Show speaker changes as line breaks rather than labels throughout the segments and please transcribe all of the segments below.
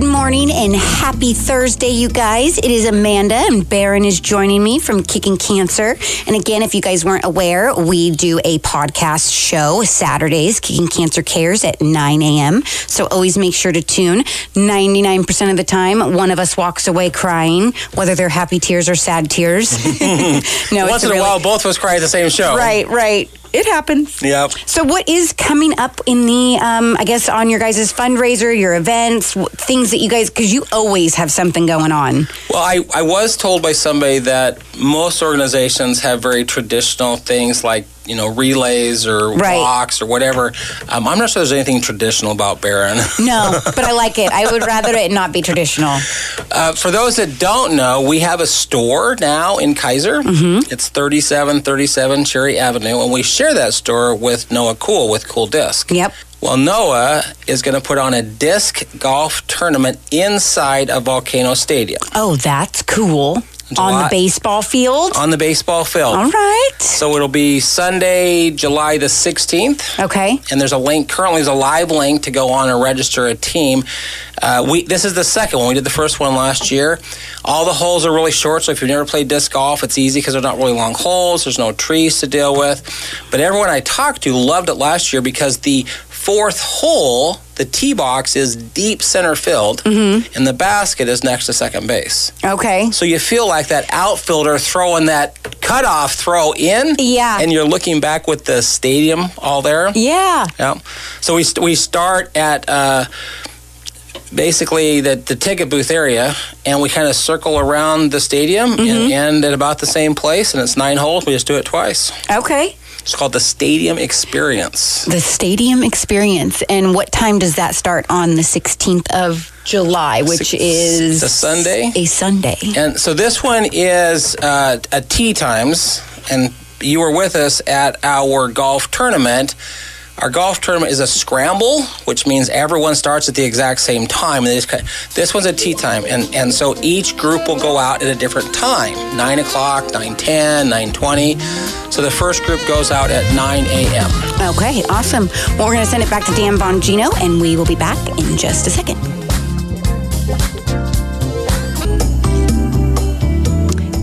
morning and happy Thursday, you guys. It is Amanda and Baron is joining me from Kicking Cancer. And again, if you guys weren't aware, we do a podcast show Saturdays, Kicking Cancer Cares at 9 a.m. So always make sure to tune. 99% of the time, one of us walks away crying, whether they're happy tears or sad tears. no,
Once in a
really-
while, both of us cry at the same show.
Right, right. It happens.
Yep.
So, what is coming up in the, um, I guess, on your guys' fundraiser, your events, w- things that you guys, because you always have something going on.
Well, I, I was told by somebody that most organizations have very traditional things like, you know, relays or
Right.
walks or whatever. Um, I'm not sure there's anything traditional about Barron.
No, but I like it. I would rather it not be traditional.
Uh, for those that don't know, we have a store now in Kaiser.
Mm-hmm.
It's 3737 Cherry Avenue, and we share that store with Noah Cool with Cool Disc.
Yep.
Well, Noah is going to put on a disc golf tournament inside a Volcano Stadium
Oh, that's cool.
It's a
On the
lot. Oh.
baseball field.
on the baseball field.
All right.
So it'll be Sunday, July the 16th.
Okay.
And there's a link, currently there's a live link to go on and register a team. Uh, we This is the second one. We did the first one last year. All the holes are really short, so if you've never played disc golf, it's easy because they're not really long holes. There's no trees to deal with. But everyone I talked to loved it last year because the fourth hole, the tee box, is deep center field, and the basket is next to second base.
Okay.
So you feel like that outfielder throwing that cutoff throw in.
Yeah.
And you're looking back with the stadium all there.
Yeah.
Yeah. So we, st- we start at uh, basically the, the ticket booth area and we kind of circle around the stadium and end at about the same place. And it's nine holes. We just do it twice.
Okay.
It's called the Stadium Experience.
The stadium experience. And what time does that start on the 16th of July, which
Six-
is
a Sunday?
A Sunday.
And so this one is uh, at tea times, and you were with us at our golf tournament. Our golf tournament is a scramble, which means everyone starts at the exact same time. And they just cut. This one's a tea time, and, and so each group will go out at a different time: nine o'clock, nine ten, nine twenty. So the first group goes out at nine a.m.
Okay, awesome. Well, we're going to send it back to Dan Bongino, and we will be back in just a second.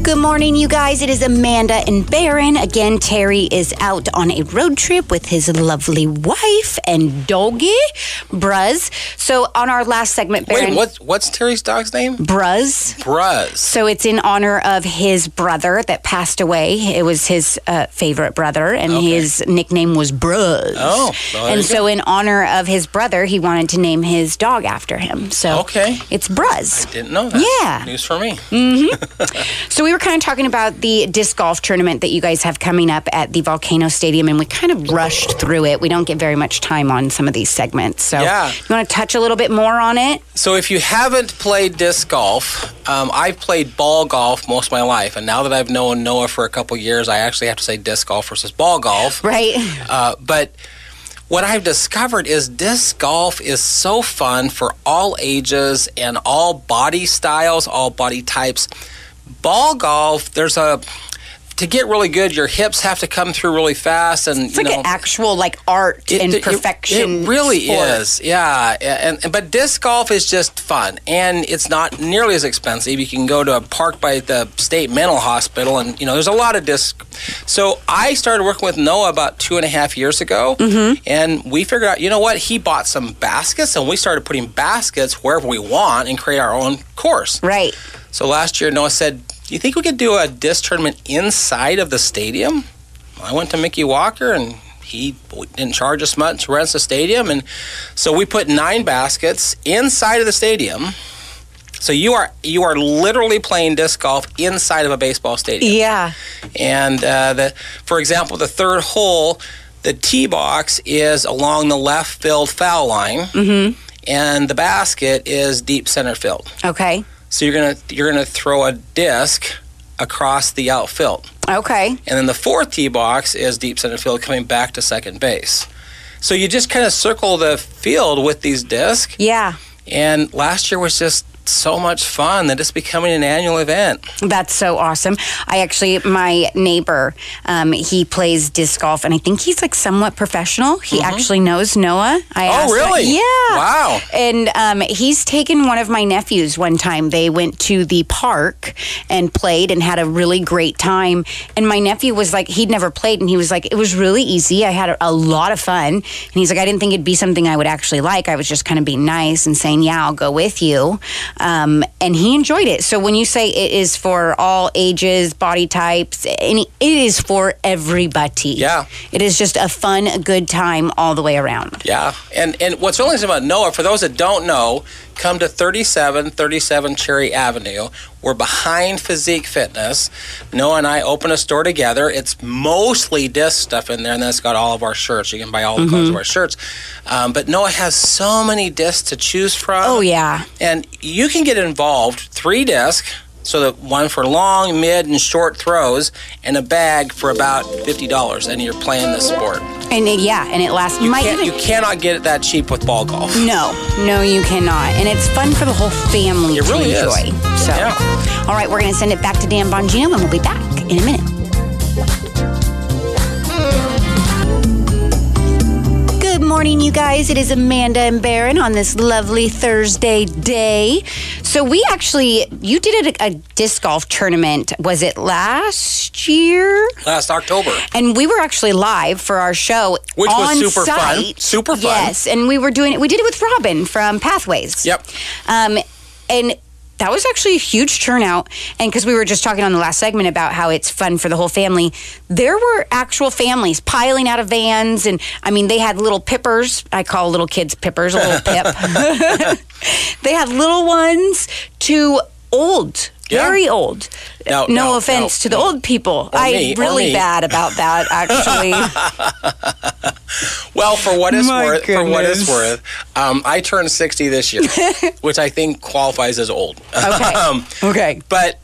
Good morning, you guys. It is Amanda and Baron. Again, Terry is out on a road trip with his lovely wife and doggy, Bruz. So, on our last segment, Baron.
Wait, what's what's Terry's dog's name?
Bruz.
Bruz.
So it's in honor of his brother that passed away. It was his uh, favorite brother, and his nickname was Bruz.
Oh, well, there
and
you
so in honor of his brother, he wanted to name his dog after him. So
Okay.
it's Bruz.
Didn't know that.
Yeah.
News for me.
So we were kind of talking about the disc golf tournament that you guys have coming up at the Volcano Stadium, and we kind of rushed through it. We don't get very much time on some of these segments. So
Yeah.
you want to touch a little bit more on it?
So if you haven't played disc golf, um, I've played ball golf most of my life, and now that I've known Noah for a couple years, I actually have to say disc golf versus ball golf.
Right?
Uh, but what I've discovered is disc golf is so fun for all ages and all body styles, all body types. Ball golf, there's a to get really good, your hips have to come through really fast, and
It's
you
like
know,
an actual like art and perfection.
it really
sport.
is, yeah. And, and but disc golf is just fun, and it's not nearly as expensive. You can go to a park by the state mental hospital, and you know there's a lot of disc. So I started working with Noah about two and a half years ago,
Mm-hmm.
and we figured out, you know what? He bought some baskets, and we started putting baskets wherever we want and create our own course.
Right.
So last year, Noah said, Do you think we could do a disc tournament inside of the stadium? I went to Mickey Walker and he didn't charge us much, rents the stadium. And so we put nine baskets inside of the stadium. So you are you are literally playing disc golf inside of a baseball stadium.
Yeah.
And uh, the for example, the third hole, the tee box is along the left field foul line, and the basket is deep center field.
Okay.
So you're gonna you're gonna throw a disc across the outfield,
Okay.
and then the fourth tee box is deep center field coming back to second base. So you just kind of circle the field with these discs.
Yeah.
And last year was just so much fun that it's becoming an annual event.
That's so awesome. I actually, my neighbor, um, he plays disc golf, and I think he's like somewhat professional. He actually knows Noah. I
Mm-hmm. Oh,
asked-
really?
yeah.
Wow.
And um, he's taken one of my nephews one time. They went to the park and played and had a really great time. And my nephew was like, he'd never played, and he was like, it was really easy. I had a, a lot of fun. And he's like, I didn't think it'd be something I would actually like. I was just kind of being nice and saying, yeah, I'll go with you. Um, and he enjoyed it. So when you say it is for all ages, body types, any, it is for everybody.
Yeah.
It is just a fun, good time all the way around.
Yeah. And and what's really interesting about Noah, for those that don't know, come to 3737 Cherry Avenue. We're behind Physique Fitness. Noah and I open a store together. It's mostly disc stuff in there, and then it's got all of our shirts. You can buy all the
Mm-hmm.
clothes of our shirts. Um, but Noah has so many discs to choose from.
Oh, yeah.
And you can get involved three disc, so that one for long, mid, and short throws, and a bag for about $50, and you're playing the sport.
And it, yeah, and it lasts. You might
Can't-
even,
you cannot get it that cheap with ball golf.
No, no, you cannot. And it's fun for the whole family
It
to
really is.
enjoy. So,
Yeah.
all right, we're going to send it back to Dan Bongino, and we'll be back in a minute. Good morning, you guys. It is Amanda and Baron on this lovely Thursday day. So we actually, you did a, a disc golf tournament. Was it last year?
Last October.
and we were actually live for our show,
Which was
on
super fun.
site.
Super fun.
Yes, and we were doing it. We did it with Robin from Pathways.
Yep.
Um, and that was actually a huge turnout. And because we were just talking on the last segment about how it's fun for the whole family, there were actual families piling out of vans, and I mean, they had little pippers. I call little kids pippers, a little pip. they had little ones to old.
Yeah.
Very old.
No, no, no,
offense to the
no.
old people.
Or
I'm
me, or
really
me.
bad about that, actually.
Well, for what it's
My
worth, for what it's
goodness.
worth, um, I turned 60 this year, which I think qualifies as old.
Okay. okay.
But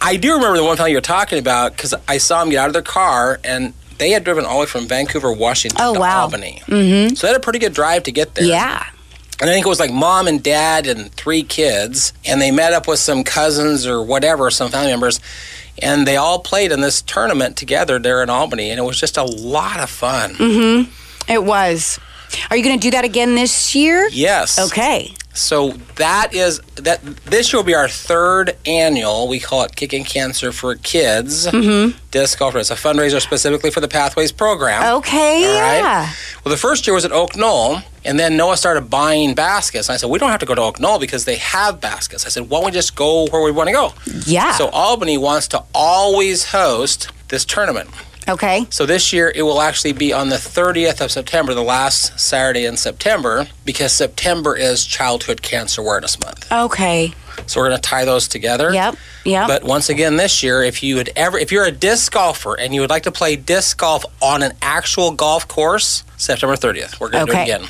I do remember the one time you were talking about because I saw them get out of their car and they had driven all the way from Vancouver, Washington
Oh,
to
wow.
Albany. Mm-hmm. So they had a pretty good drive to get there.
Yeah.
And I think it was like mom and dad and three kids. And they met up with some cousins or whatever, some family members. And they all played in this tournament together there in Albany. And it was just a lot of fun.
It was. Are you going to do that again this year?
Yes.
Okay.
So that is that. This will be our third annual. We call it Kicking Cancer for Kids Disc Golf. It's a fundraiser specifically for the Pathways program.
Okay.
All right.
yeah.
Well, the first year was at Oak Knoll, and then Noah started buying baskets. And I said, we don't have to go to Oak Knoll because they have baskets. I said, why don't we just go where we want to go?
Yeah.
So Albany wants to always host this tournament.
okay.
So this year it will actually be on the 30th of September, the last Saturday in September, because September is Childhood Cancer Awareness Month.
Okay.
So we're going to tie those together.
Yep. Yep.
But once again, this year, if you would ever, if you're a disc golfer and you would like to play disc golf on an actual golf course, September 30th, we're going to
okay.
do it again.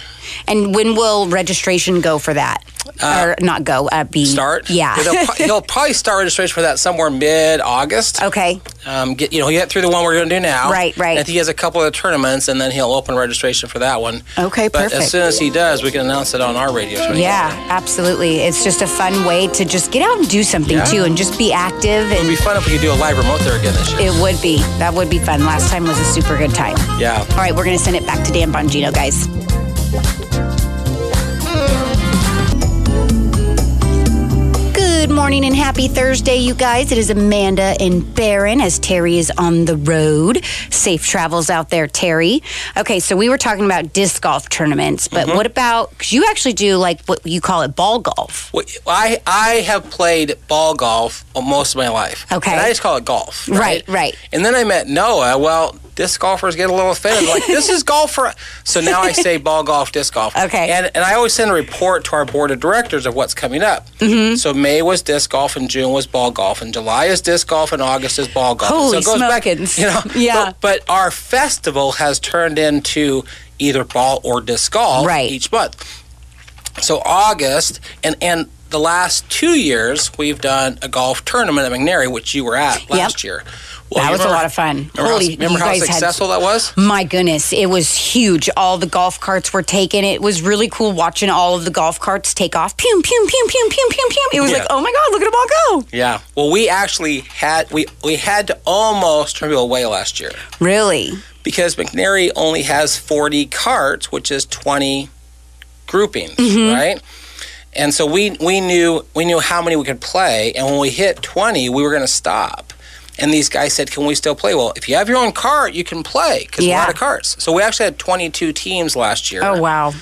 And when will registration go for that? or not go, uh, be.
Start.
Yeah.
They'll, pro- they'll probably start registration for that somewhere mid-August.
okay.
Um, get you know, get through the one we're going to do now.
Oh. Right, right.
And I think he has a couple of tournaments, and then he'll open registration for that one.
Okay,
But
perfect.
as soon as he does, we can announce it on our radio show.
Yeah, absolutely. It's just a fun way to just get out and do something
Yeah.
too and just be active
It'd
and
be fun if we could do a live remote there again this year.
it would be. That would be fun. Last time was a super good time.
yeah.
All right, we're going to send it back to Dan Bongino, guys. Good morning and happy Thursday, you guys. It is Amanda and Baron as Terry is on the road. Safe travels out there, Terry. Okay, so we were talking about disc golf tournaments, but
Mm-hmm.
what about, because you actually do like what you call it ball golf.
Well, I I have played ball golf most of my life.
Okay.
And I just call it golf.
Right, right.
And then I met Noah. Well, disc golfers get a little offended. Like, this is golf for. So now I say ball golf, disc golf.
Okay.
And, and I always send a report to our board of directors of what's coming up. Mm-hmm. So May was disc golf, and June was ball golf, and July is disc golf, and August is ball golf.
Holy
so it goes
smokins.
back. You know,
Yeah.
But, but our festival has turned into either ball or disc golf
Right.
each month. So August and and the last two years, we've done a golf tournament at McNary, which you were at last year. Well,
That
you
was a
remember-
lot of fun.
Remember
Holy-
how,
you
remember how
guys had-
successful that was?
My goodness, it was huge. All the golf carts were taken. It was really cool watching all of the golf carts take off. Pew, pew, pew, pew, pew, pew, pew. It was
Yeah.
like, oh my God, look at them all go.
Yeah. Well, we actually had we we had to almost turn people away last year
Really?
because McNary only has 40 carts, which is 20 groupings,
Mm-hmm.
right? And so we we knew we knew how many we could play, and when we hit 20, we were going to stop. And these guys said, "Can we still play?" Well, if you have your own cart, you can play because we're
Yeah.
out of carts. So we actually had 22 teams last year
Oh, wow.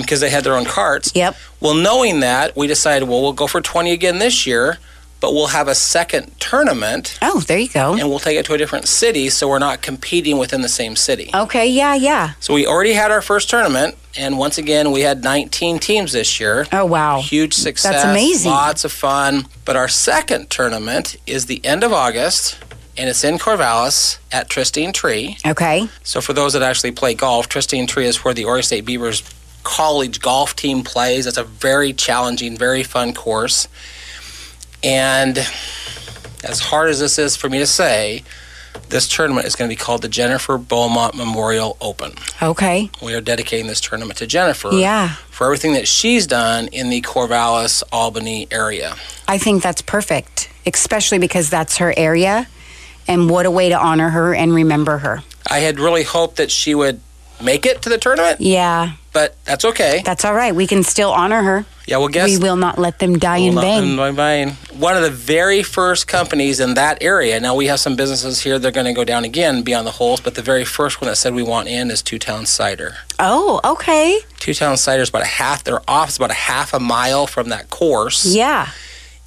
because they had their own carts.
Yep.
Well, knowing that, we decided, well, we'll go for 20 again this year, but we'll have a second tournament
Oh, there you go.
and we'll take it to a different city so we're not competing within the same city.
Okay, yeah, yeah.
So we already had our first tournament, and once again, we had 19 teams this year.
Oh, wow.
Huge success.
amazing.
Lots of fun. But our second tournament is the end of August, and it's in Corvallis at Tristine Tree.
Okay.
So for those that actually play golf, Tristine Tree is where the Ori State Beavers college golf team plays. It's a very challenging, very fun course. And as hard as this is for me to say, this tournament is going to be called the Jennifer Beaumont Memorial Open.
Okay.
We are dedicating this tournament to Jennifer
Yeah.
for everything that she's done in the Corvallis, Albany area.
I think that's perfect, especially because that's her area. And what a way to honor her and remember her.
I had really hoped that she would make it to the tournament,
Yeah,
but that's okay.
that's all right. We can still honor her.
Yeah, well, guess
We will not let them die in
Hold on,
vain.
in vain. One of the very first companies in that area. Now we have some businesses here. They're going to go down again and be on the holes, but the very first one that said we want in is Two Town Cider.
Oh, okay.
Two Town Cider is about a half. Their office is about a half a mile from that course.
Yeah.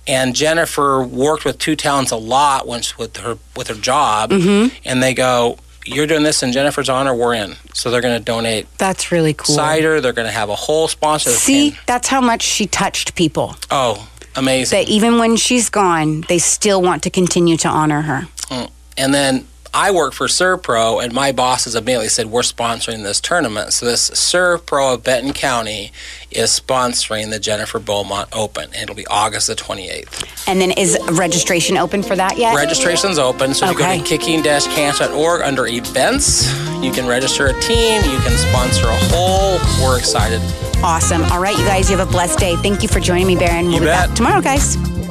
And Jennifer worked with Two Towns a lot once with her with her job,
Mm-hmm.
and they go. You're doing this in Jennifer's honor. We're in, so they're going to donate
That's really cool.
cider. They're going to have a whole sponsor. that's
See,
in-
that's how much she touched people.
oh, amazing!
That even when she's gone, they still want to continue to honor her.
Mm. And then I work for Serpro, and my bosses immediately said, We're sponsoring this tournament. So, this Serpro of Benton County is sponsoring the Jennifer Beaumont Open, and it'll be August the 28th.
And then is registration open for that yet?
Registration's open, so if you go to
Okay.
kicking cancer.org under events, you can register a team, you can sponsor a whole. We're excited.
awesome. All right, you guys, you have a blessed day. Thank you for joining me, Baron. We'll
You
be
bet.
back tomorrow, guys.